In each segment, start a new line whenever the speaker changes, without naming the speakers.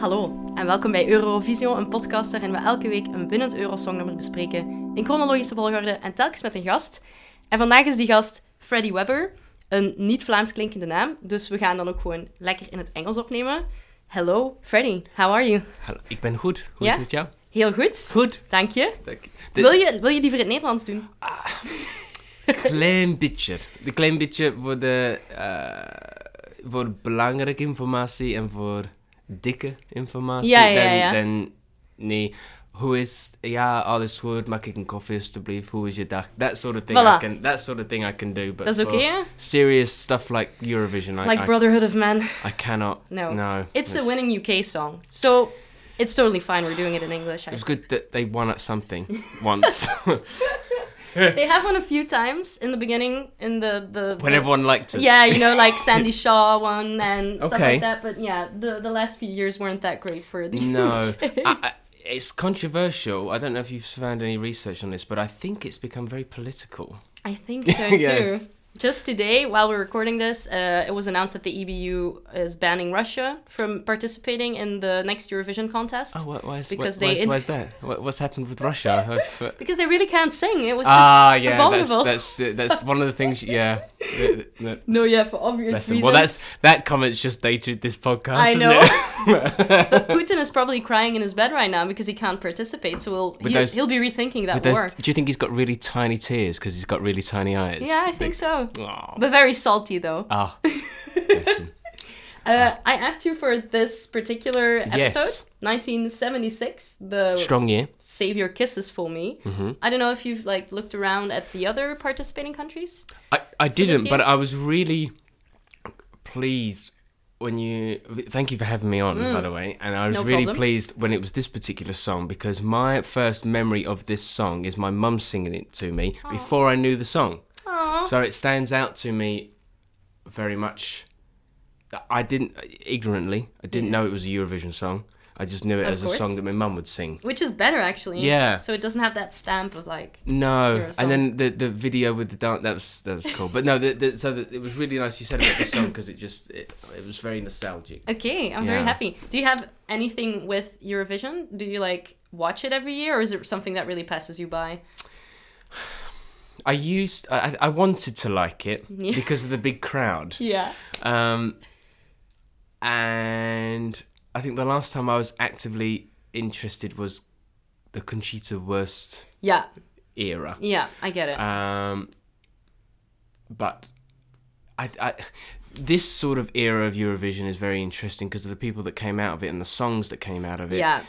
Hallo en welkom bij Eurovisio, een podcast waarin we elke week een winnend Eurosongnummer bespreken in chronologische volgorde en telkens met een gast. En vandaag is die gast Freddy Webber, een niet-Vlaams klinkende naam, dus we gaan dan ook gewoon lekker in het Engels opnemen. Hello Freddy, how are you?
Hallo, ik ben goed. Hoe
Ja?
is het met jou?
Heel goed,
Goed.
dank je.
Dank je. De-
Wil je, wil je liever in het Nederlands doen?
Klein beetje. Een klein beetje voor, de, eh, voor belangrijke informatie en voor dikke informatie.
Ja, ja,
dan,
ja.
dan- nee. Hoe is... Ja, alles goed. Maak ik een koffie, alsjeblieft. Hoe is je dag? That sort of thing,
Voilà.
I can, that sort of thing I can do. But
Dat is oké,
for
hè?
Serious stuff like Eurovision. I,
Like
I,
Brotherhood of Man.
I cannot.
No.
No.
It's a winning UK song, so it's totally fine. We're doing it in English. I
It was good that they won at something once.
They have one a few times in the beginning, in the the.
when everyone liked us.
yeah, you know, like Sandy Shaw one and stuff
Okay.
like that. But yeah, the the last few years weren't that great for the.
No, I, I, it's controversial. I don't know if you've found any research on this, but I think it's become very political.
I think so too.
Yes.
Just today, while we're recording this, uh, it was announced that the EBU is banning Russia from participating in the next Eurovision contest
Oh, why, why, is,
Because
why,
they
why is-
in-
why is that? What, what's happened with Russia? I've, uh,
because they really can't sing. It was just
ah, yeah, that's
abominable.
that's uh, that's one of the things. Yeah, the- the- the-
No, yeah, for obvious
lesson.
reasons.
Well, that's that comment's just dated this podcast.
I
isn't
know.
it?
but Putin is probably crying in his bed right now because he can't participate. So we'll,
With
he'll,
those-
he'll be rethinking that
With those-
war.
do you think he's got really tiny tears because he's got really tiny eyes?
Yeah, I think so.
Aw.
But very salty though.
Ah, listen.
Uh, I asked you for this particular episode,
Yes.
1976, the
strong Mm-hmm. year.
Save Your Kisses for Me. I don't know if you've like looked around at the other participating countries.
I, I didn't, but
year?
I was really pleased when you. Thank you for having me on, by the way. And I was
Mm. No
really
problem.
pleased when it was this particular song because my first memory of this song is my mum singing it to me before I knew the song.
Aww.
So it stands out to me very much. I didn't ignorantly. I didn't know it was a Eurovision song. I just knew it as
course.
a song that my mum would sing.
Which is better actually.
Yeah.
So it doesn't have that stamp of like You're a
No,
song.
and then the the video with the dance that was that was cool. But no, the, the, so the, it was really nice you said about the song because it just it, it was very nostalgic.
Okay, I'm very
Yeah.
happy. Do you have anything with Eurovision? Do you like watch it every year or is it something that really passes you by?
I used I, I I wanted to like it
Yeah.
because of the big crowd.
Yeah.
Um, and I think the last time I was actively interested was the Conchita Wurst
Yeah.
era.
Yeah, I get it.
Um, but I, I, this sort of era of Eurovision is very interesting because of the people that came out of it and the songs that came out of it.
yeah.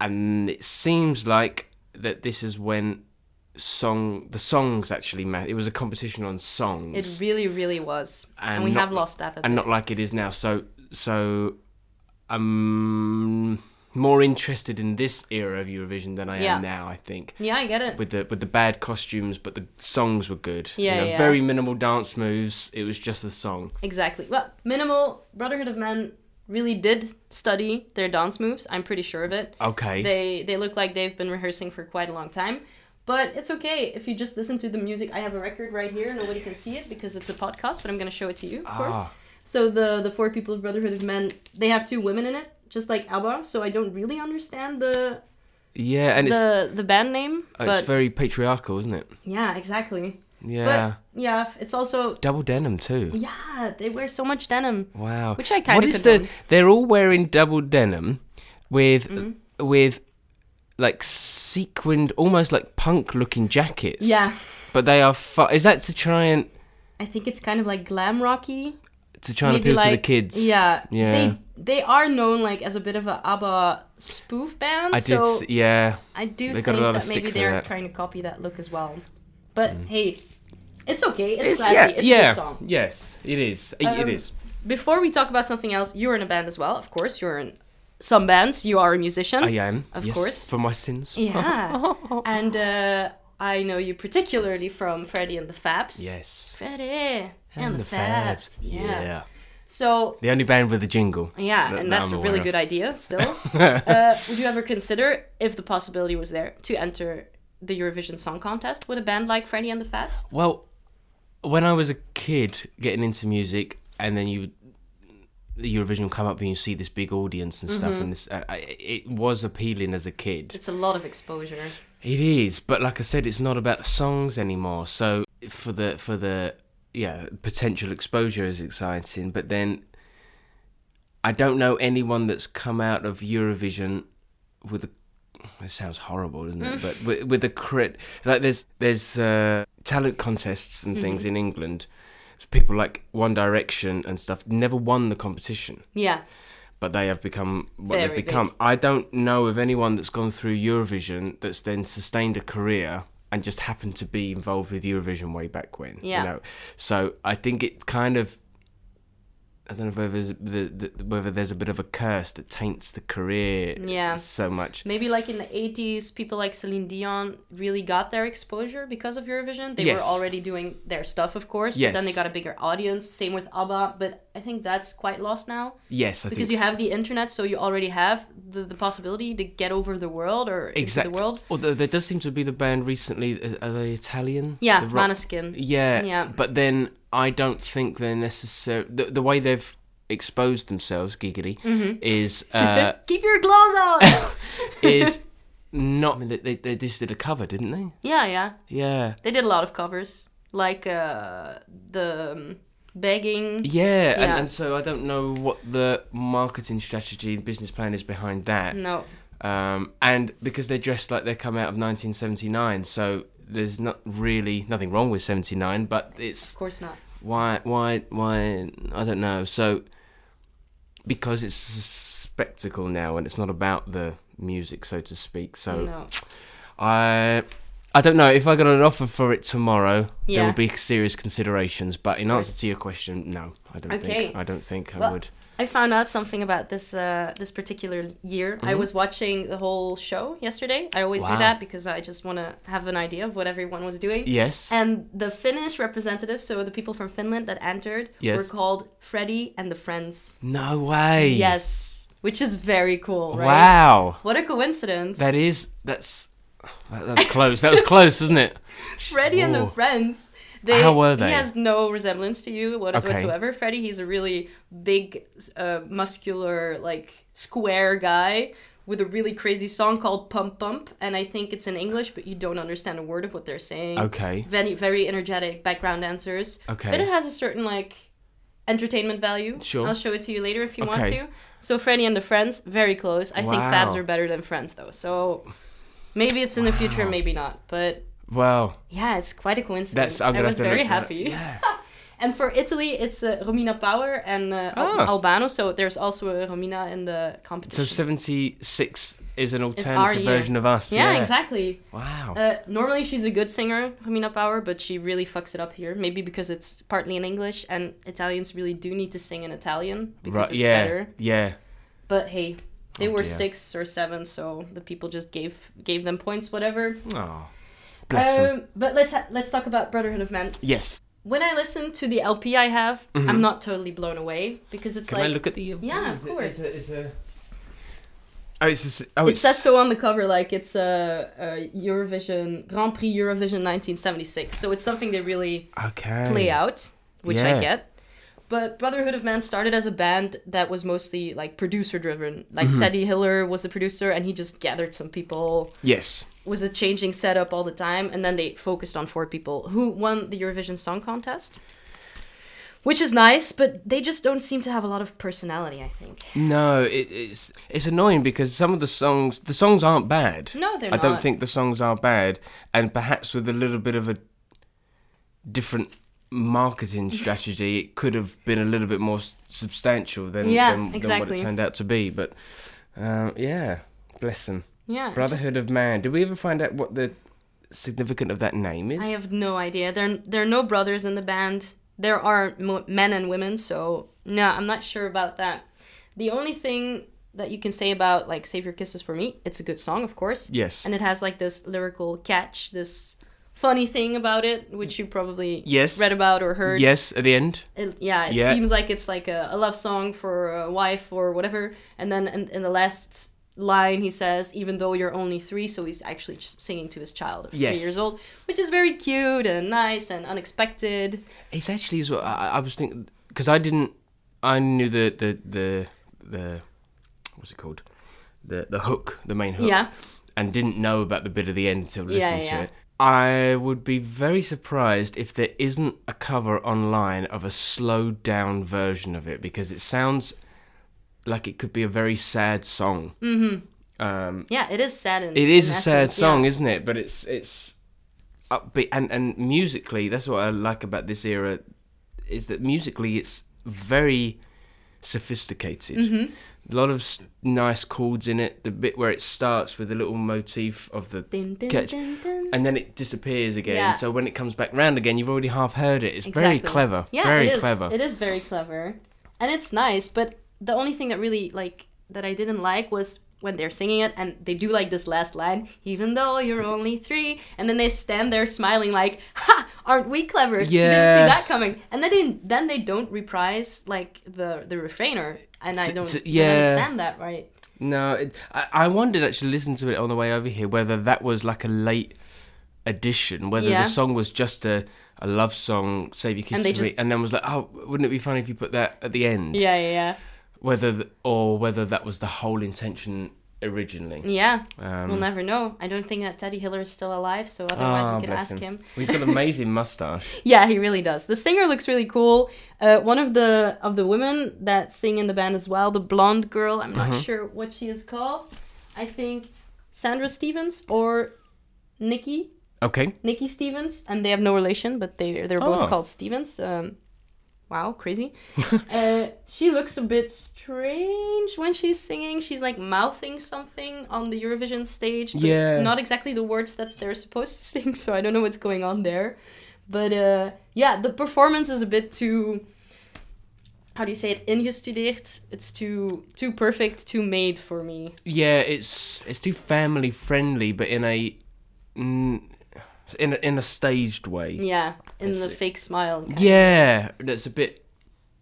And it seems like that this is when song the songs actually met. It was a competition on songs
It really, really was. And,
And
we
not-
have lost that. a
and
bit.
not like it is now. So so I'm more interested in this era of Eurovision than I
Yeah.
am now. I think
yeah, I get it.
with the with the bad costumes, but the songs were good.
Yeah,
you know,
yeah.
Very minimal dance moves. It was just the song.
Exactly. Well, minimal Brotherhood of Men really did study their dance moves. I'm pretty sure of it.
Okay.
They they look like they've been rehearsing for quite a long time. But it's okay if you just listen to the music. I have a record right here. Nobody can see it because it's a podcast, but I'm going to show it to you, of course.
Ah.
So the the four people of Brotherhood of Men, they have two women in it, just like ABBA, so I don't really understand the
yeah, and it's uh, Oh,
the the band name, but
it's very patriarchal, isn't it?
yeah, exactly.
Yeah.
But yeah, it's also
Double denim too.
yeah, they wear so much denim.
Wow.
Which I
What
kinda
is
condone.
the? They're all wearing double denim, with
Mm-hmm.
with like sequined, almost like punk looking jackets.
Yeah.
But they are. Fu- is that to try and
I think it's kind of like glam rocky.
to try and appeal to the kids?
Yeah,
Yeah.
They they are known like as a bit of a ABBA spoof band.
I did.
so
s yeah.
I do
they
think
got a lot of
that
stick
maybe
for
they're
that. Mm.
trying to copy that look as well. But hey, it's okay. It's, classy.
yeah.
it's a
yeah.
good song.
Yes. It is. It-
Um,
it is.
Before we talk about something else, you're in a band as well. Of course, you're in some bands. You are a musician.
I am.
Of
yes,
course.
For my sins.
Yeah. and uh, I know you particularly from Freddie and the Fabs.
Yes.
Freddie and, the, Fabs. yeah. So
The only band with a jingle.
Yeah,
that-
and
that
that's
I'm
a
aware
really
of.
good idea still. uh, would you ever consider, if the possibility was there, to enter the Eurovision Song Contest with a band like Freddie and the Fabs?
Well, when I was a kid getting into music, and then you the Eurovision will come up and you see this big audience and stuff,
Mm-hmm.
and this uh, I, it was appealing as a kid.
It's a lot of exposure.
It is, but like I said, it's not about the songs anymore. So for the for the yeah potential exposure is exciting, but then I don't know anyone that's come out of Eurovision with a. It sounds horrible, doesn't it? but with, with a crit like there's there's uh, talent contests and things in England. People like One Direction and stuff never won the competition
Yeah.
but they have become what
Very
they've
big.
become. I don't know of anyone that's gone through Eurovision that's then sustained a career and just happened to be involved with Eurovision way back when.
Yeah.
You know, so I think it kind of. I don't know whether there's, the, the, whether there's a bit of a curse that taints the career
Yeah.
so much.
Maybe like in the 80s, people like Celine Dion really got their exposure because of Eurovision. They
Yes.
were already doing their stuff, of course, but then
Yes.
they got a bigger audience. Same with ABBA, but I think that's quite lost now
Yes, I
because
think
you
so.
have the internet, so you already have the, the possibility to get over the world or into
exactly.
the world.
Although there does seem to be the band recently. Are are they Italian?
Yeah,
The rock-
Maneskin.
Yeah.
Yeah.
But then I don't think they're necessary. The, the way they've exposed themselves, giggity,
Mm-hmm.
is uh,
Keep your gloves on!
is not. I mean, they, they they just did a cover, didn't they?
yeah, yeah.
Yeah.
They did a lot of covers, like uh, the um, begging.
Yeah, And,
Yeah.
and so I don't know what the marketing strategy and business plan is behind that.
No.
Um, and because they're dressed like they come out of 1979, so there's not really nothing wrong with 79, but it's
Of course not.
why why why i don't know so because it's a spectacle now and it's not about the music so to speak so
No.
i i don't know if i got an offer for it tomorrow there
Yeah.
would be serious considerations but in answer
course.
to your question no i don't
Okay.
think i don't think i
Well-
would
I found out something about this uh, this particular year. I was watching the whole show yesterday. I always do
Mm-hmm. Wow.
that because I just want to have an idea of what everyone was doing.
yes
And the Finnish representatives, so the people from Finland that entered,
Yes.
were called Freddy and the Friends.
no way
Yes, which is very cool, right?
wow
What a coincidence!
that is that's that, that was close that was close wasn't it
Freddy and the
Oh.
Friends. They,
How were they?
He has no resemblance to you what-
Okay.
whatsoever. Freddy, he's a really big, uh, muscular, like square guy with a really crazy song called Pump Pump, and I think it's in English, but you don't understand a word of what they're saying.
okay
Very, very energetic background dancers.
Okay.
But it has a certain like entertainment value.
Sure.
I'll show it to you later if you want
Okay.
to. So Freddy and the Friends, very close. I think Fabs
Wow.
are better than Friends though. So maybe it's in the future, maybe not. But
well
yeah, it's quite a coincidence.
that's i'm
I
gonna
was
have to
very
look that up.
happy.
yeah
And for Italy, it's uh, Romina Power and uh, Al-
Ah.
Albano. So there's also a Romina in the
So
competition.
76 is an
our
alternative
year.
version of us.
E yeah, exactly.
Wow.
Uh, normally she's a good singer, Romina Power, but she really fucks it up here. Maybe because it's partly in English and Italians really do need to sing in Italian because
right.
it's
Yeah.
better.
Yeah.
But hey, they
Oh
were
dear.
six or seven, so the people just gave gave them points, whatever.
Oh. Bless them.
um, but let's ha- let's talk about Brotherhood of Man.
Yes.
when I listen to the LP I have, I'm not totally blown away because it's
Mm-hmm. Can
like
I look at the?
Yeah, of
is it-
course.
is it- is a- Oh, it's just, oh,
it
it's,
says so on the cover, like it's a, a Eurovision Grand Prix Eurovision 1976. So it's something they really
okay.
play out, which I
Yeah.
get. But Brotherhood of Man started as a band that was mostly like producer driven. Like
Mm-hmm.
Teddy Hiller was the producer, and he just gathered some people.
Yes.
Was a changing setup all the time, and then they focused on four people who won the Eurovision Song Contest, which is nice. But they just don't seem to have a lot of personality. I think.
No, it, it's it's annoying because some of the songs the songs aren't bad.
No, they're
I don't
not.
think the songs are bad, and perhaps with a little bit of a different marketing strategy, it could have been a little bit more s- substantial than
Yeah,
than, than
exactly.
what it turned out to be. But uh, yeah, bless them.
Yeah. I just-
Brotherhood of Man. Did we ever find out what the significant of that name is?
I have no idea. There, there are no brothers in the band. There are mo- men and women, so no, I'm not sure about that. The only thing that you can say about like "Save Your Kisses for Me," it's a good song, of course,
yes.
and it has like this lyrical catch, this funny thing about it, which you probably
Yes.
read about or heard.
Yes, at the end.
It- yeah, it
Yeah.
seems like it's like a, a love song for a wife or whatever. And then in, in the last line, he says, "Even though you're only three, so he's actually just singing to his child of
Yes.
three years old, which is very cute and nice and unexpected.
It's actually as well. I, I was thinking because I didn't I knew the the the the what's it called the the hook, the main hook,
Ja.
and didn't know about the bit at the end until
Yeah,
listening
yeah.
to it. I would be very surprised if there isn't a cover online of a slowed down version of it because it sounds like it could be a very sad song. Mm-hmm. Um,
Yeah, it is sad. In,
it is
in
a sad
essence, yeah.
song, isn't it? But it's it's upbeat and and musically, that's what I like about this era, is that musically it's very sophisticated.
Mm-hmm.
A lot of s- nice chords in it. The bit where it starts with a little motif of the
Dun, dun,
catch,
dun, dun.
and then it disappears again.
Yeah.
So when it comes back round again, you've already half heard it. It's very
Exactly.
clever.
Yeah,
very
it is.
clever.
It is very clever, and it's nice. But the only thing that really like that I didn't like was when they're singing it and they do like this last line, even though you're only three, and then they stand there smiling like, "Ha! Aren't we clever? You didn't
Yeah.
see that coming." And then they, then they don't reprise like the the refrainer, and I
S-
don't
s-
didn't
yeah.
understand that right.
No, it, I, I wondered actually listening to it on the way over here whether that was like a late addition, whether
Yeah.
the song was just a, a love song, Save Your Kiss
And they
to Me,
just-
and then was like, oh, wouldn't it be funny if you put that at the end?
Yeah, yeah,
Whether th- or whether that was the whole intention
yeah.
originally.
yeah.
Um,
we'll never know. I don't think that Teddy Hiller is still alive, so otherwise
ah,
we could
bless
ask him.
Well, he's got an amazing mustache.
Yeah, he really does. The singer looks really cool. Uh, one of the of the women that sing in the band as well, the blonde girl. I'm not sure what she is called. I think Sandra Stevens or Nikki
Okay.
Nikki Stevens, and they have no relation, but they they're
Oh.
both called Stevens. Um, wow, crazy. uh, she looks a bit strange when she's singing. She's like mouthing something on the Eurovision stage. but
Yeah.
Not exactly the words that they're supposed to sing, so I don't know what's going on there. But uh, yeah, the performance is a bit too. How do you say it? Ingestudeerd. It's too too perfect, too made for me.
Yeah, it's it's too family friendly, but in a mm, in a, in a staged way.
Yeah, in
I
the
see.
fake smile. kind
Yeah, that's a bit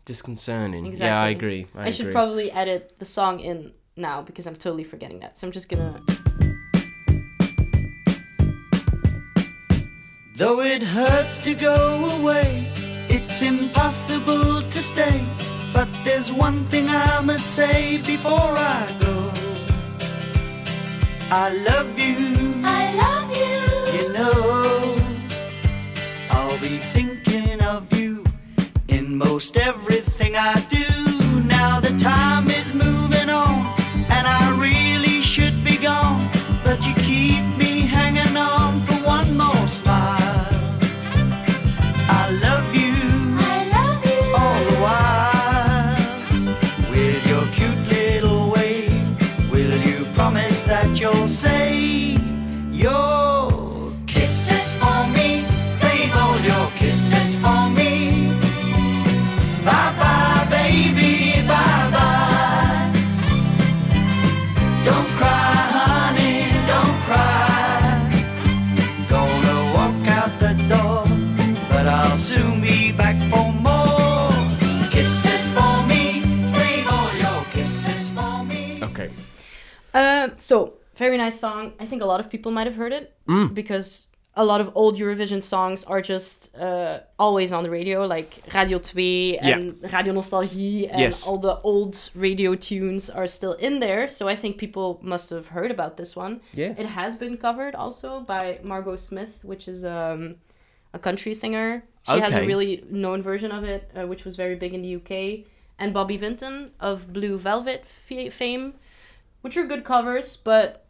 disconcerting. Yeah, I
Exactly.
agree. I,
I, should
agree.
probably edit the song in now because I'm totally forgetting that. So I'm just gonna.
Though it hurts to go away, it's impossible to stay. But there's one thing I must say before I go. I love you,
I love you.
you know. I'll be thinking of you in most everything I do. Now the time is moving on, and I really should be gone. But you keep me hanging on for one more smile. I love you
I love you.
all the while with your cute little wave. Will you promise that you'll save your kisses for me? Save all your kisses for me. Bye bye, baby, bye bye. Don't cry, honey, don't cry gonna walk out the door, but I'll soon be back for more. Kisses for me, save all your kisses for me.
Okay.
Uh, so very nice song. I think a lot of people might have heard it
Mm.
because a lot of old Eurovision songs are just uh, always on the radio, like Radio 2 and Radio Nostalgie, and
Yes.
all the old radio tunes are still in there. So I think people must have heard about this one.
Yeah.
it has been covered also by Margot Smith, which is um, a country singer. She has a
Okay.
really known version of it, uh, which was very big in the UK. And Bobby Vinton of Blue Velvet f- fame, which are good covers, but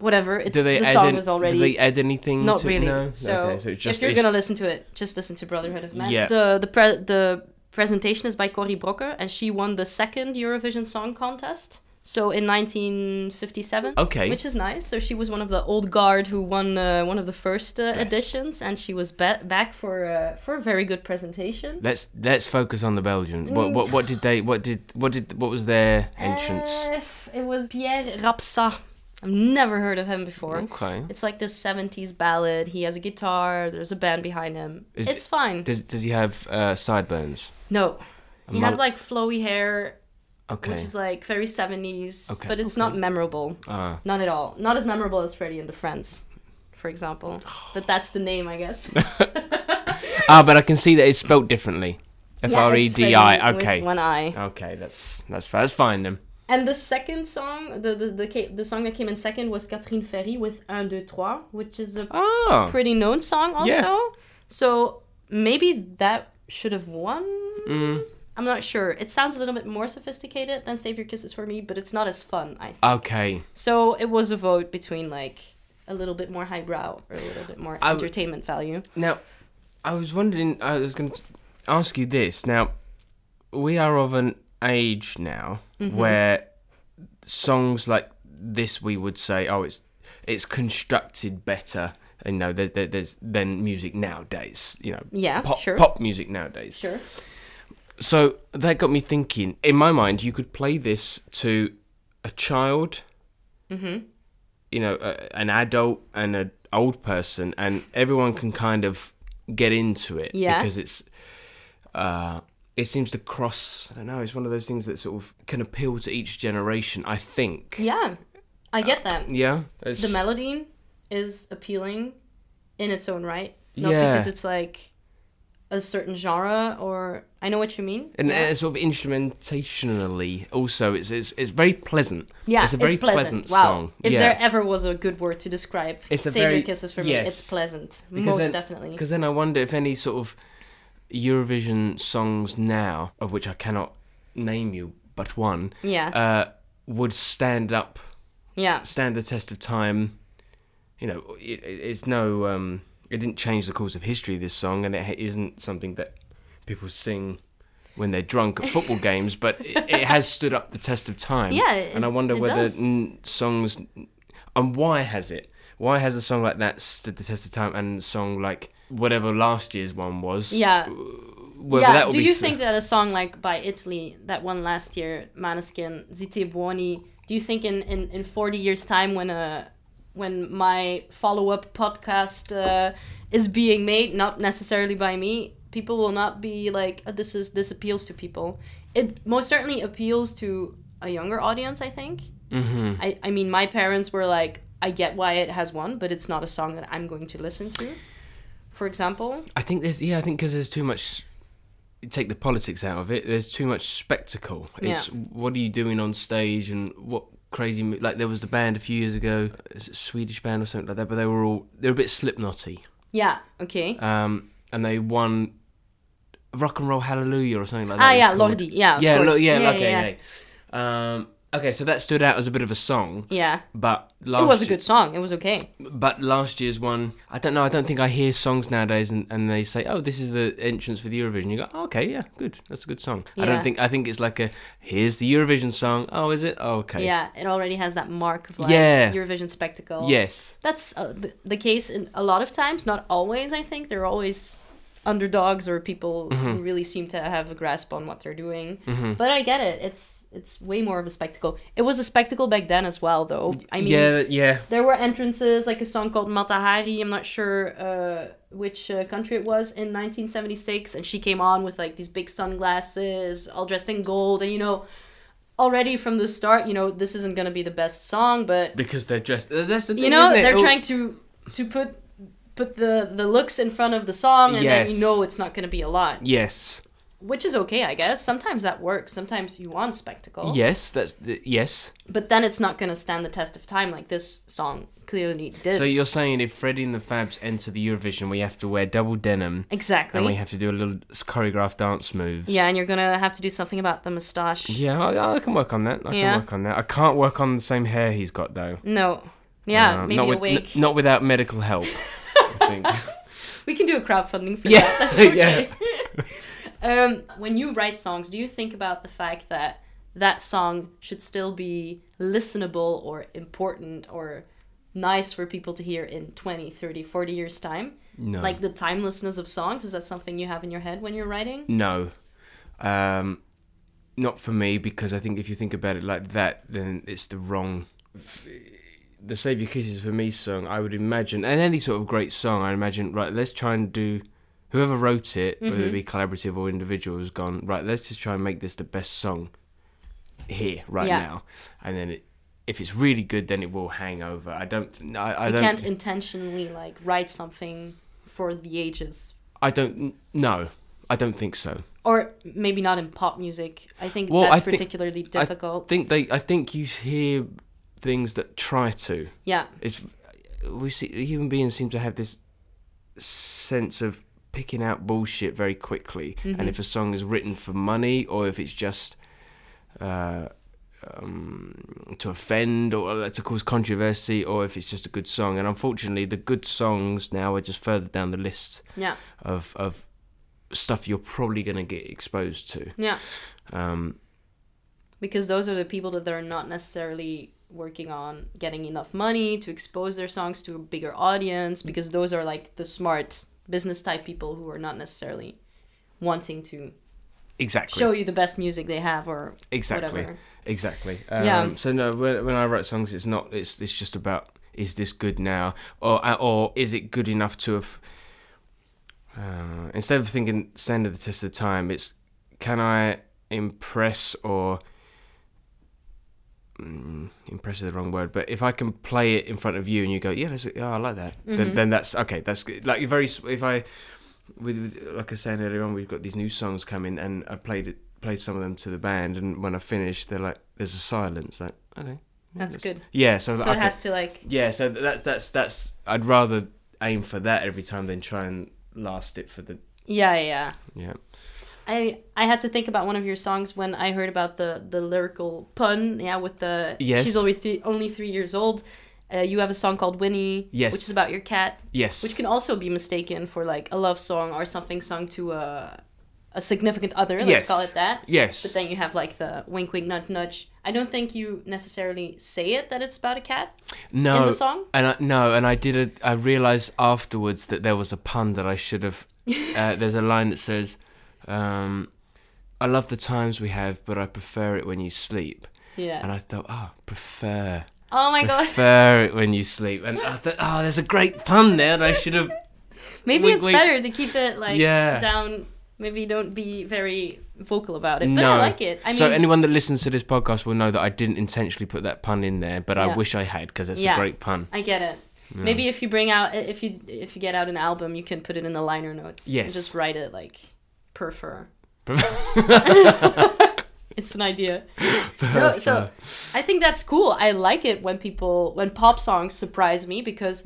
whatever. It's,
Do they
the
add
song
an-
is already
Do they add anything?
not
to,
really.
No?
So,
okay, so it's just
if you're
it's-
gonna listen to it, just listen to Brotherhood of Man.
Yeah.
The the pre- the presentation is by Corrie Brocker, and she won the second Eurovision Song Contest. So in 1957,
Okay.
which is nice. So she was one of the old guard who won uh, one of the first uh, editions, and she was ba- back for uh, for a very good presentation.
let's let's focus on the Belgian. What what what did they? What did what did what was their entrance?
Uh, it was Pierre Rapsa. I've never heard of him before.
okay.
It's like this 70s ballad. He has a guitar. There's a band behind him.
Is
it's
it-
fine.
Does does he have uh, sideburns?
No. He has
mul-
like flowy hair,
Okay.
which is like very 70s,
Okay.
but it's not memorable.
Ah.
Not at all. Not as memorable as Freddie and the Friends, for example. But that's the name, I guess.
ah, but I can see that it's spelt differently. F
Yeah,
R E
it's
D I.
Freddy with
Okay.
One eye.
Okay, that's that's that's fine then.
And the second song, the the, the, ca- the song that came in second was Catherine Ferry with Un, Deux, Trois, which is a
Oh.
pretty known song also.
Yeah.
So maybe that should have won.
Mm.
I'm not sure. It sounds a little bit more sophisticated than Save Your Kisses for Me, but it's not as fun,
Uh.
I think.
Ah, Okay.
so it was a vote between like a little bit more highbrow or a little bit more
I w-
entertainment value.
Now, I was wondering. I was going to ask you this. Now, we are of an age now
Mm-hmm.
where songs like this, we would say, oh, it's it's constructed better. You know, there, there, there's than music nowadays. You know,
Yeah,
pop,
sure.
pop music nowadays.
Sure.
So that got me thinking. In my mind, you could play this to a child,
Mm-hmm.
you know, a, an adult and an old person, and everyone can kind of get into it
Yeah.
because it's. Uh, it seems to cross. I don't know. It's one of those things that sort of can appeal to each generation. I think.
Yeah. I get that.
Uh, Yeah. It's-
the melody is appealing in its own right. Not
Yeah.
because it's like a certain genre or I know what you mean.
and
yeah.
uh, sort of instrumentationally, also, it's it's, it's very pleasant.
Yeah,
it's a very pleasant,
wow.
song.
If
yeah.
there ever was a good word to describe
It's a
Save Your
very-
Kisses for me,
yes.
it's pleasant.
Because
most
then-
definitely.
Because then I wonder if any sort of Eurovision songs now, of which I cannot name you but one,
Yeah.
uh, would stand up,
yeah.
stand the test of time. You know, it, it- it's no, um, it didn't change the course of history. This song, and it ha- isn't something that people sing when they're drunk at football games, but it, it has stood up the test of time.
Yeah,
and I
it-
wonder
it
whether
does.
n- songs, and why has it? Why has a song like that stood the test of time, and a song like whatever last year's one was?
Yeah.
whether
yeah.
that would
Do
be
you
s-
think that a song like by Italy, that one last year, Maneskin, Zite Buoni, do you think in, in, in 40 years' time when a when my follow up podcast uh, is being made, not necessarily by me, people will not be like, "Oh, this is this appeals to people. It most certainly appeals to a younger audience, I think. Mm-hmm. I, I mean, my parents were like, I get why it has won, but it's not a song that I'm going to listen to, for example.
I think there's yeah, I think because there's too much. Take the politics out of it. There's too much spectacle. It's what are you doing on stage and what crazy mo- like there was the band a few years ago, a Swedish band or something like that, but they were all they're a bit Slipknotty,
Yeah, okay.
um, and they won Rock and Roll Hallelujah or something like that.
Ah,
it was
yeah,
called.
Lordi. Yeah, of
yeah,
course.
lo- yeah,
yeah,
okay,
yeah.
okay. Um, okay, so that stood out as a bit of a song,
Yeah.
but last
It was a
ye-
good song. It was okay.
but last year's one, I don't know. I don't think I hear songs nowadays, and, and they say, "Oh, this is the entrance for the Eurovision." You go, oh, "Okay, yeah, good. That's a good song." I
Yeah.
don't think. I think it's like a, "Here's the Eurovision song." Oh, is it? Oh, okay.
Yeah, it already has that mark of like
Yeah.
Eurovision spectacle.
Yes.
That's uh, th- the case in a lot of times, not always, I think. They're always underdogs or people
Mm-hmm.
who really seem to have a grasp on what they're doing. But I get it. It's it's way more of a spectacle. It was a spectacle back then as well, though. I mean,
yeah. Yeah.
There were entrances, like a song called Matahari. I'm not sure uh, which uh, country it was in 1976, and she came on with like these big sunglasses, all dressed in gold, and you know, already from the start, you know, this isn't gonna be the best song, but
Because they're dressed. uh, That's the thing.
you know,
isn't it?
they're
Oh,
trying to to put put the the looks in front of the song, and then you
Yes.
know it's not gonna be a lot,
Yes.
which is okay, I guess. Sometimes that works. Sometimes you want spectacle,
Yes. That's the, yes.
but then it's not gonna stand the test of time like this song clearly did.
So you're saying if Freddie and the Fabs enter the Eurovision, we have to wear double denim.
Exactly.
And we have to do a little choreographed dance moves.
Yeah, and you're gonna have to do something about the mustache.
Yeah, I, I can work on that. I
Yeah.
can work on that. I can't work on the same hair he's got though.
No. Yeah,
Um,
maybe
not
a
with,
wig.
n- not without medical help. I think.
we can do a crowdfunding for
Yeah,
that. That's okay.
yeah.
um, when you write songs, do you think about the fact that that song should still be listenable or important or nice for people to hear in 20, 30, 40 years' time?
No.
Like the timelessness of songs, is that something you have in your head when you're writing?
No, um, not for me because I think if you think about it like that, then it's the wrong. The "Save Your Kisses for Me" song, I would imagine, and any sort of great song, I imagine. Right, let's try and do. Whoever wrote it,
Mm-hmm.
whether it be collaborative or individual, has gone right. Let's just try and make this the best song here right
Yeah.
now, and then it, if it's really good, then it will hang over. I don't. I, I
You
don't.
can't intentionally like write something for the ages.
I don't n- no I don't think so.
Or maybe not in pop music. I think
Well,
that's
I think-
particularly
I
difficult.
think they. I think you hear things that try to.
yeah.
It's we see human beings seem to have this sense of picking out bullshit very quickly, and if a song is written for money or if it's just uh, um, to offend or uh, to cause controversy or if it's just a good song, and unfortunately, the good songs now are just further down the list
Yeah.
of of stuff you're probably going to get exposed to.
Yeah.
Um,
because those are the people that they're not necessarily working on getting enough money to expose their songs to a bigger audience because those are like the smart business type people who are not necessarily wanting to
exactly.
show you the best music they have or
exactly
whatever.
exactly um,
Yeah.
so no when, when i write songs it's not it's it's just about is this good now or uh, or is it good enough to have uh, instead of thinking stand the test of time it's can i impress or mm, impress is the wrong word but if i can play it in front of you and you go yeah that's, oh, i like that
Mm-hmm.
then, then that's okay that's good. like very s- if i with, with like I was saying earlier on, we've got these new songs coming, and I played it, played some of them to the band, and when I finished, they're like, "There's a silence." Like, okay, yeah,
That's good.
Yeah, so,
So
like,
it
okay.
has to like
yeah, so th- that's that's that's. I'd rather aim for that every time than try and last it for the
yeah, yeah, yeah.
yeah.
I I had to think about one of your songs when I heard about the the lyrical pun, yeah, with the
Yes.
she's only three, only 3 years old. Uh, you have a song called Winnie,
Yes.
which is about your cat.
Yes,
which can also be mistaken for like a love song or something sung to a a significant other. Let's
Yes.
call it that.
yes,
But then you have like the wink, wink, nudge, nudge. I don't think you necessarily say it that it's about a cat.
no,
in the song?
and I, no, and I did. A, I realized afterwards that there was a pun that I should have. uh, there's a line that says, um, "I love the times we have, but I prefer it when you sleep."
Yeah.
And I thought, ah, prefer.
oh my god.
prefer it when you sleep. And I thought, oh, there's a great pun there, and I should have.
Maybe
wink,
it's
wink.
better to keep it like
Yeah.
down. Maybe don't be very vocal about it. But
No.
I like it. I mean,
so anyone that listens to this podcast will know that I didn't intentionally put that pun in there, but
Yeah.
I wish I had because it's
Yeah.
a great pun.
I get it. Maybe if you bring out if you if you get out an album, you can put it in the liner notes. and
Yes.
just write it like prefer. it's an idea. No, so I think that's cool. I like it when people when pop songs surprise me because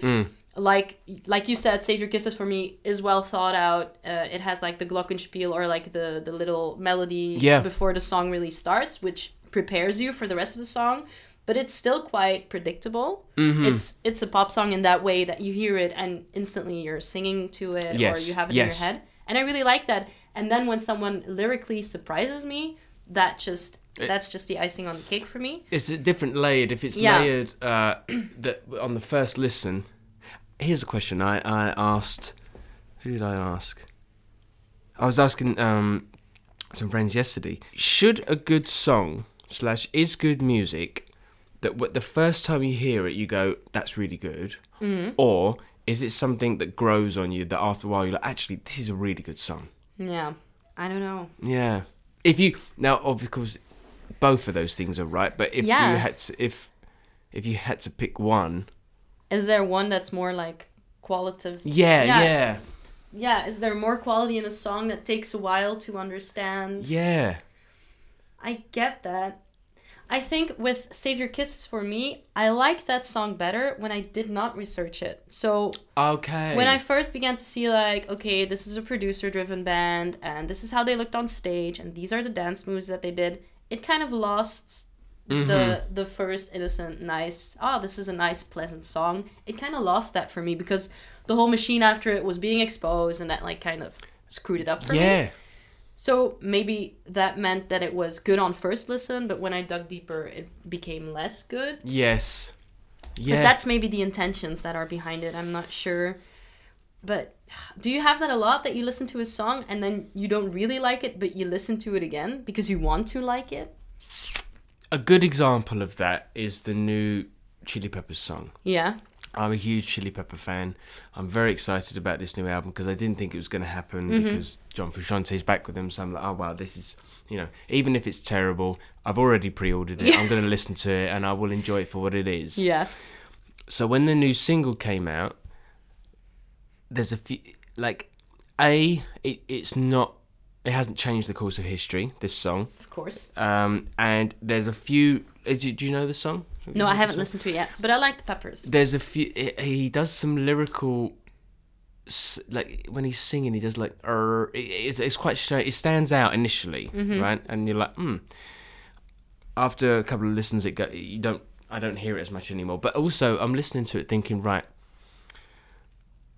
like like you said, Save Your Kisses for Me is well thought out. Uh, it has like the glockenspiel or like the the little melody
Yeah.
before the song really starts, which prepares you for the rest of the song. But it's still quite predictable.
Mm-hmm.
It's it's a pop song in that way that you hear it and instantly you're singing to it
Yes,
or you have it
yes.
in your head. And I really like that. And then when someone lyrically surprises me, that just that's just the icing on the cake for me.
It's a different layered. If it's
Yeah.
layered uh, that on the first listen, here's a question I, I asked. Who did I ask? I was asking um, some friends yesterday. Should a good song slash is good music that w- the first time you hear it you go that's really good, or is it something that grows on you that after a while you're like actually this is a really good song?
Yeah. I don't know.
Yeah. If you now, of course, both of those things are right. But if
Yeah.
you had to, if if you had to pick one,
Is there one that's more like qualitative?
yeah,
Yeah.
yeah,
Yeah, is there more quality in a song that takes a while to understand?
yeah,
I get that. I think with Save Your Kisses for Me, I liked that song better when I did not research it. So
Okay.
when I first began to see like, okay, this is a producer driven band and this is how they looked on stage and these are the dance moves that they did, it kind of lost the the first innocent, nice, ah, this is a nice, pleasant song. It kind of lost that for me because the whole machine after it was being exposed and that like kind of screwed it up for me.
yeah,
So maybe that meant that it was good on first listen, but when I dug deeper, it became less good.
yes, yeah.
But that's maybe the intentions that are behind it. I'm not sure. But do you have that a lot that you listen to a song and then you don't really like it, but you listen to it again because you want to like it?
a good example of that is the new Chili Peppers song.
Yeah.
I'm a huge Chili Pepper fan. I'm very excited about this new album because I didn't think it was going to happen
Mm-hmm.
because John Frusciante's back with them. So I'm like, oh wow, this is you know, even if it's terrible, I've already pre-ordered it. I'm going to listen to it and I will enjoy it for what it is.
Yeah.
So when the new single came out, there's a few like a it, it's not it hasn't changed the course of history. This song,
Of course.
um, and there's a few. uh, Do, do you know the song? Have you
No, I
heard the
haven't
song?
listened to it yet, but I like the Peppers.
There's a few. he- He does some lyrical, s- like when he's singing, he does like er. it- It's, it's quite strange. It stands out initially, right? And you're like, hmm. After a couple of listens, it go, you don't. I don't hear it as much anymore. But also, I'm listening to it, thinking, right.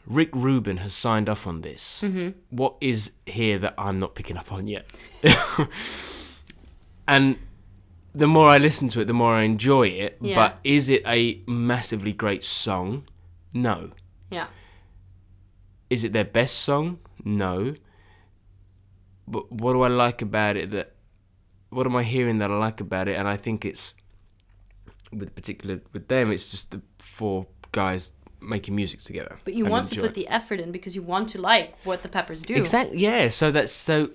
Rick Rubin has signed off on this.
Mm-hmm.
What is here that I'm not picking up on yet? and the more I listen to it, the more I enjoy it.
Yeah.
But is it a massively great song? No.
Yeah.
Is it their best song? No. But what do I like about it that what am I hearing that I like about it? And I think it's with particular with them, it's just the four guys making music together.
But you
and
want to
enjoy-
put the effort in because you want to like what the Peppers do.
Exactly. Yeah. So that's so.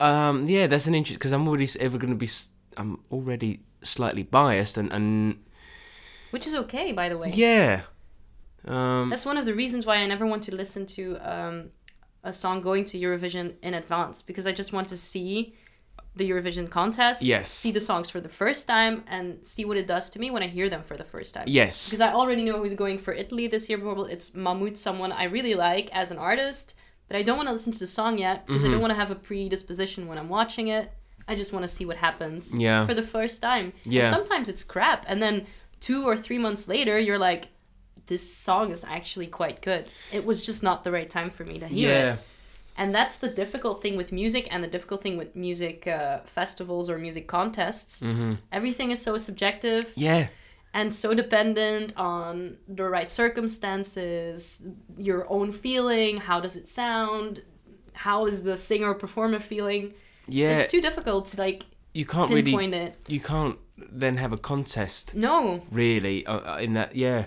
Um. Yeah. That's an interest because I'm already s- ever going to be. s- I'm already slightly biased and and
Which is okay, by the way.
yeah. Um.
That's one of the reasons why I never want to listen to um, a song going to Eurovision in advance because I just want to see the Eurovision contest,
Yes.
see the songs for the first time, and see what it does to me when I hear them for the first time.
Yes.
Because I already know who's going for Italy this year. Probably it's Mahmoud, someone I really like as an artist, but I don't want to listen to the song yet because I
Mm-hmm.
don't want to have a predisposition when I'm watching it. I just want to see what happens
Yeah.
for the first time. And
Yeah.
sometimes it's crap, and then two or three months later, you're like, "This song is actually quite good. It was just not the right time for me to hear
yeah.
it." And that's the difficult thing with music, and the difficult thing with music uh, festivals or music contests.
Mm-hmm.
Everything is so subjective
Yeah.
and so dependent on the right circumstances, your own feeling, how does it sound, how is the singer or performer feeling?
Yeah.
It's too difficult to like
you can't really.
pinpoint it.
You can't then have a contest
No.
really uh, uh, in that yeah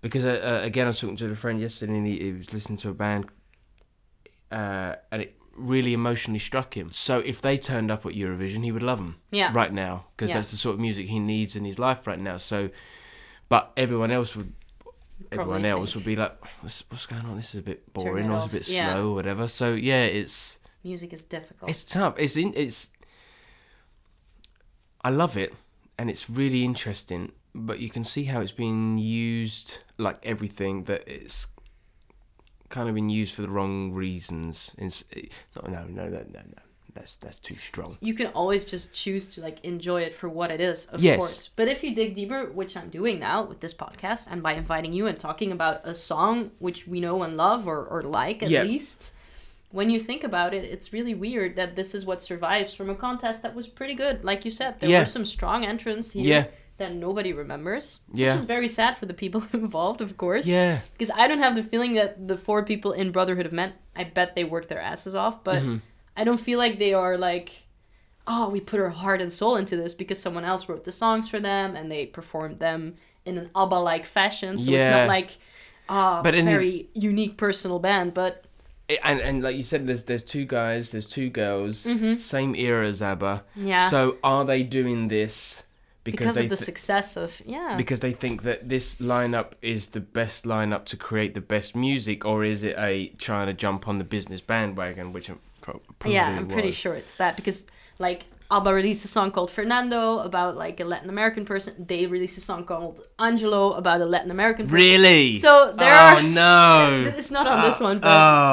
because uh, uh, again i was talking to a friend yesterday and he, he was listening to a band uh, and it really emotionally struck him so if they turned up at eurovision he would love them
Yeah.
right now because
Yeah.
that's the sort of music he needs in his life right now so but everyone else would everyone
Probably
else
think.
would be like what's, what's going on this is a bit
Turn
boring
it
or it's a
off.
bit
Yeah.
slow or whatever so yeah it's
Music is difficult.
it's tough. It's in, it's. I love it, and it's really interesting. But you can see how it's been used, like everything that it's kind of been used for the wrong reasons. It's, no, no, no, no, no, no. That's that's too strong.
you can always just choose to like enjoy it for what it is, of
Yes.
course. But if you dig deeper, which I'm doing now with this podcast, and by inviting you and talking about a song which we know and love or, or like at
Yeah.
least, when you think about it, it's really weird that this is what survives from a contest that was pretty good. Like you said, there
Yeah.
were some strong entrants here
Yeah.
that nobody remembers,
Yeah.
which is very sad for the people involved, of course.
Yeah,
Because I don't have the feeling that the four people in Brotherhood of Men, I bet they work their asses off, but
Mm-hmm.
I don't feel like they are like, oh, we put our heart and soul into this because someone else wrote the songs for them and they performed them in an ABBA like fashion. So it's
Yeah.
not like ah,
But in the-
very unique personal band, but
It- and and like you said, there's there's two guys, there's two girls, same era as ABBA.
Mm-hmm. Yeah.
So are they doing this because,
because
they
of the
thi-
success of, yeah.
because they think that this lineup is the best lineup to create the best music, or is it a trying to jump on the business bandwagon, which I'm pro- probably
yeah, I'm pretty
was.
sure it's that because like ABBA released a song called Fernando about like a Latin American person. They released a song called Angelo about a Latin American person.
Really?
So there
oh,
are-
no.
Th- It's not on this
Uh,
one, but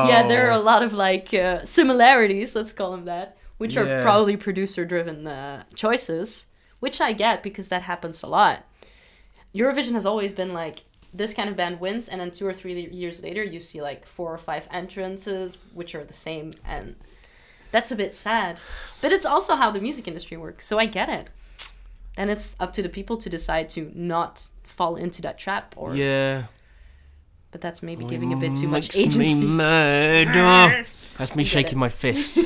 yeah, there are a
oh.
lot of like uh, similarities, let's call them that, which
Yeah.
are probably producer driven uh, choices, which I get because that happens a lot. Eurovision has always been like this kind of band wins, and then two or three years later, you see like four or five entrances which are the same, and that's a bit sad. But it's also how the music industry works, so I get it. And it's up to the people to decide to not fall into that trap, or
Yeah. Oh,
but that's maybe giving a bit too much
Makes
agency.
Me mad. Oh, That's me shaking my fist.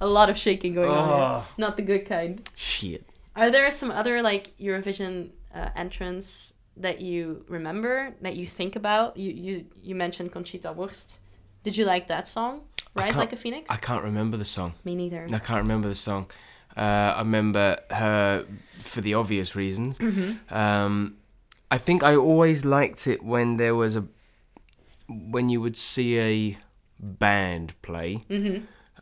a lot of shaking going on.
Oh.
Here. Not the good kind.
Shit.
Are there some other like Eurovision uh, entrants that you remember that you think about? You you you mentioned Conchita Wurst. Did you like that song? Rise
can't-
like a phoenix.
I can't remember the song.
Me neither.
I can't remember the song. Uh, I remember her for the obvious reasons.
Mm-hmm.
Um, I think I always liked it when there
Mm-hmm.
was a when you would see a band play,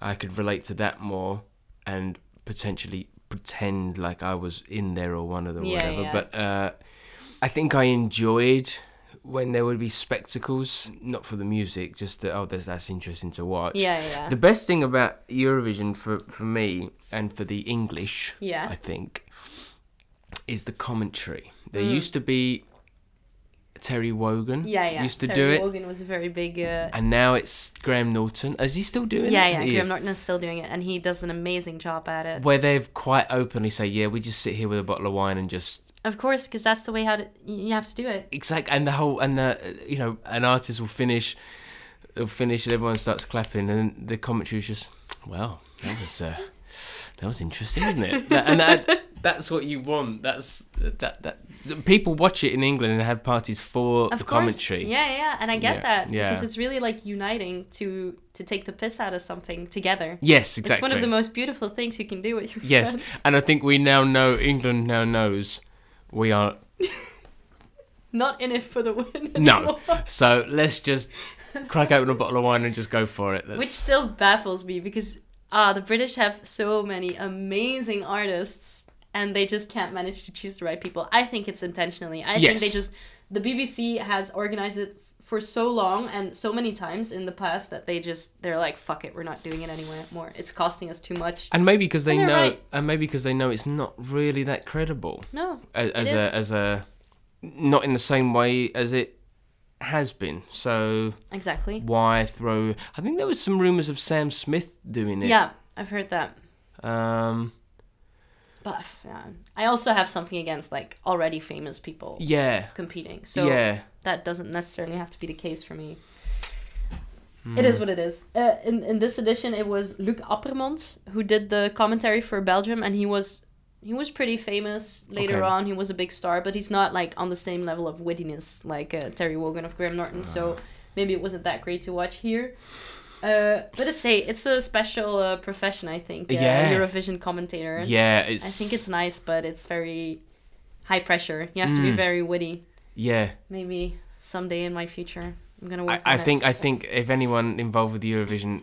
I could relate to that more and potentially pretend like I was in there or one of them or
Yeah,
whatever.
yeah.
But uh, I think I enjoyed when there would be spectacles, not for the music, just that, oh, that's, that's interesting to watch.
Yeah, yeah.
The best thing about Eurovision for, for me and for the English,
Yeah.
I think, is the commentary. There used to be Terry Wogan
Mm. yeah, yeah.
used to
Terry
do it.
Wogan was a very big. Uh,
And now it's Graham Norton. Is he still doing
yeah,
it?
yeah.
He
Graham
is.
Norton is still doing it, and he does an amazing job at it.
Where they've quite openly say, yeah, we just sit here with a bottle of wine and just
Of course, because that's the way how to, you have to do it.
exact. And the whole and the you know an artist will finish, will finish and everyone starts clapping and the commentary is just, well, that was uh, that was interesting, isn't it? That- and that, that's what you want. That's that that people watch it in England and have parties for
Of
the
course.
commentary.
Yeah, yeah, and I get
Yeah,
that
yeah.
because it's really like uniting to to take the piss out of something together.
Yes, exactly.
It's one of the most beautiful things you can do with your
Yes,
friends.
and I think we now know England now knows we are
Not in it for the win.
No.
anymore.
So let's just crack open a bottle of wine and just go for it. That's,
Which still baffles me because ah, the British have so many amazing artists and they just can't manage to choose the right people. I think it's intentionally. I think
Yes.
they just the BBC has organized it for so long and so many times in the past that they just they're like fuck it, we're not doing it anymore. It's costing us too much.
and maybe because they
And they're
know,
right.
and maybe because they know it's not really that credible
No.
as, as
It is.
a as a not in the same way as it has been. So
Exactly.
why throw? I think there was some rumors of Sam Smith doing it.
Yeah, I've heard that.
Um.
But yeah. I also have something against like already famous people
Yeah.
competing. So
yeah.
that doesn't necessarily have to be the case for me.
Hmm.
It is what it is. Uh, in in this edition, it was Luc Appermont who did the commentary for Belgium, and he was he was pretty famous later
Okay.
on. He was a big star, but he's not like on the same level of wittiness like uh, Terry Wogan of Graham Norton. So
Ah.
maybe it wasn't that great to watch here. Uh, but it's hey, it's a special uh, profession, I think. Uh,
Yeah.
Eurovision commentator.
Yeah. It's.
I think it's nice, but it's very high pressure. You have
Hmm.
to be very witty
Yeah.
maybe someday in my future I'm gonna
I,
work.
I
on it.
think I think if anyone involved with Eurovision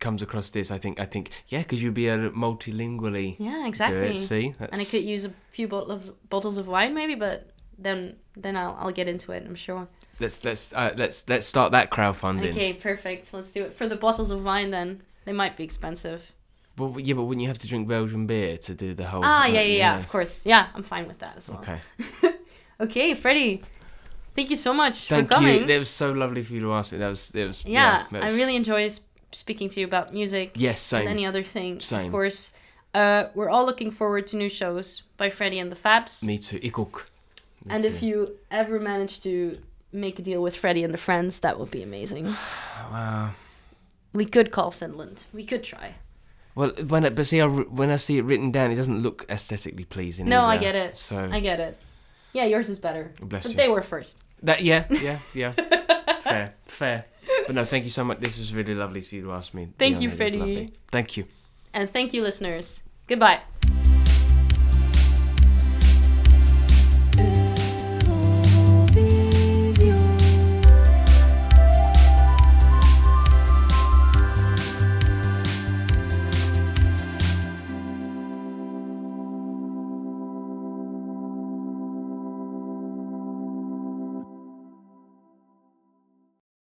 comes across this, I think I think yeah, because you'd be able to multilingually
Yeah, exactly.
do it. See,
and I
That's-
could use a few bottle of, bottles of wine, maybe, but then then I'll I'll get into it. I'm sure.
Let's let's uh, let's let's start that crowdfunding.
Okay, perfect. Let's do it for the bottles of wine. Then they might be expensive.
Well, yeah, but wouldn't you have to drink Belgian beer to do the whole?
Ah,
thing?
yeah, yeah, yeah. Of course. Yeah, I'm fine with that as well.
Oh, Okay.
Okay, Freddie. Thank you so much
Thank
for coming.
you. That was so lovely for you to ask me. That was that was.
yeah,
that
I
was-
really enjoy sp- speaking to you about music.
Yes,
and
same.
any other thing. Of
Same.
course. Uh, we're all looking forward to new shows by Freddie and the Fabs.
Me too. Ikuk. Me
And
too.
if you ever manage to make a deal with Freddy and the Friends, that would be amazing.
Wow.
We could call Finland. We could try.
Well, when I, but see, I, re- when I see it written down, it doesn't look aesthetically pleasing.
No, I
either.
get it.
So
I get it. Yeah, yours is better.
Bless
but
you.
they were first.
that yeah yeah yeah. fair fair. But no, thank you so much. This was really lovely for you to ask me.
Thank you,
Fiona. It was
Freddie.
lovely. Thank you.
And thank you, listeners. Goodbye.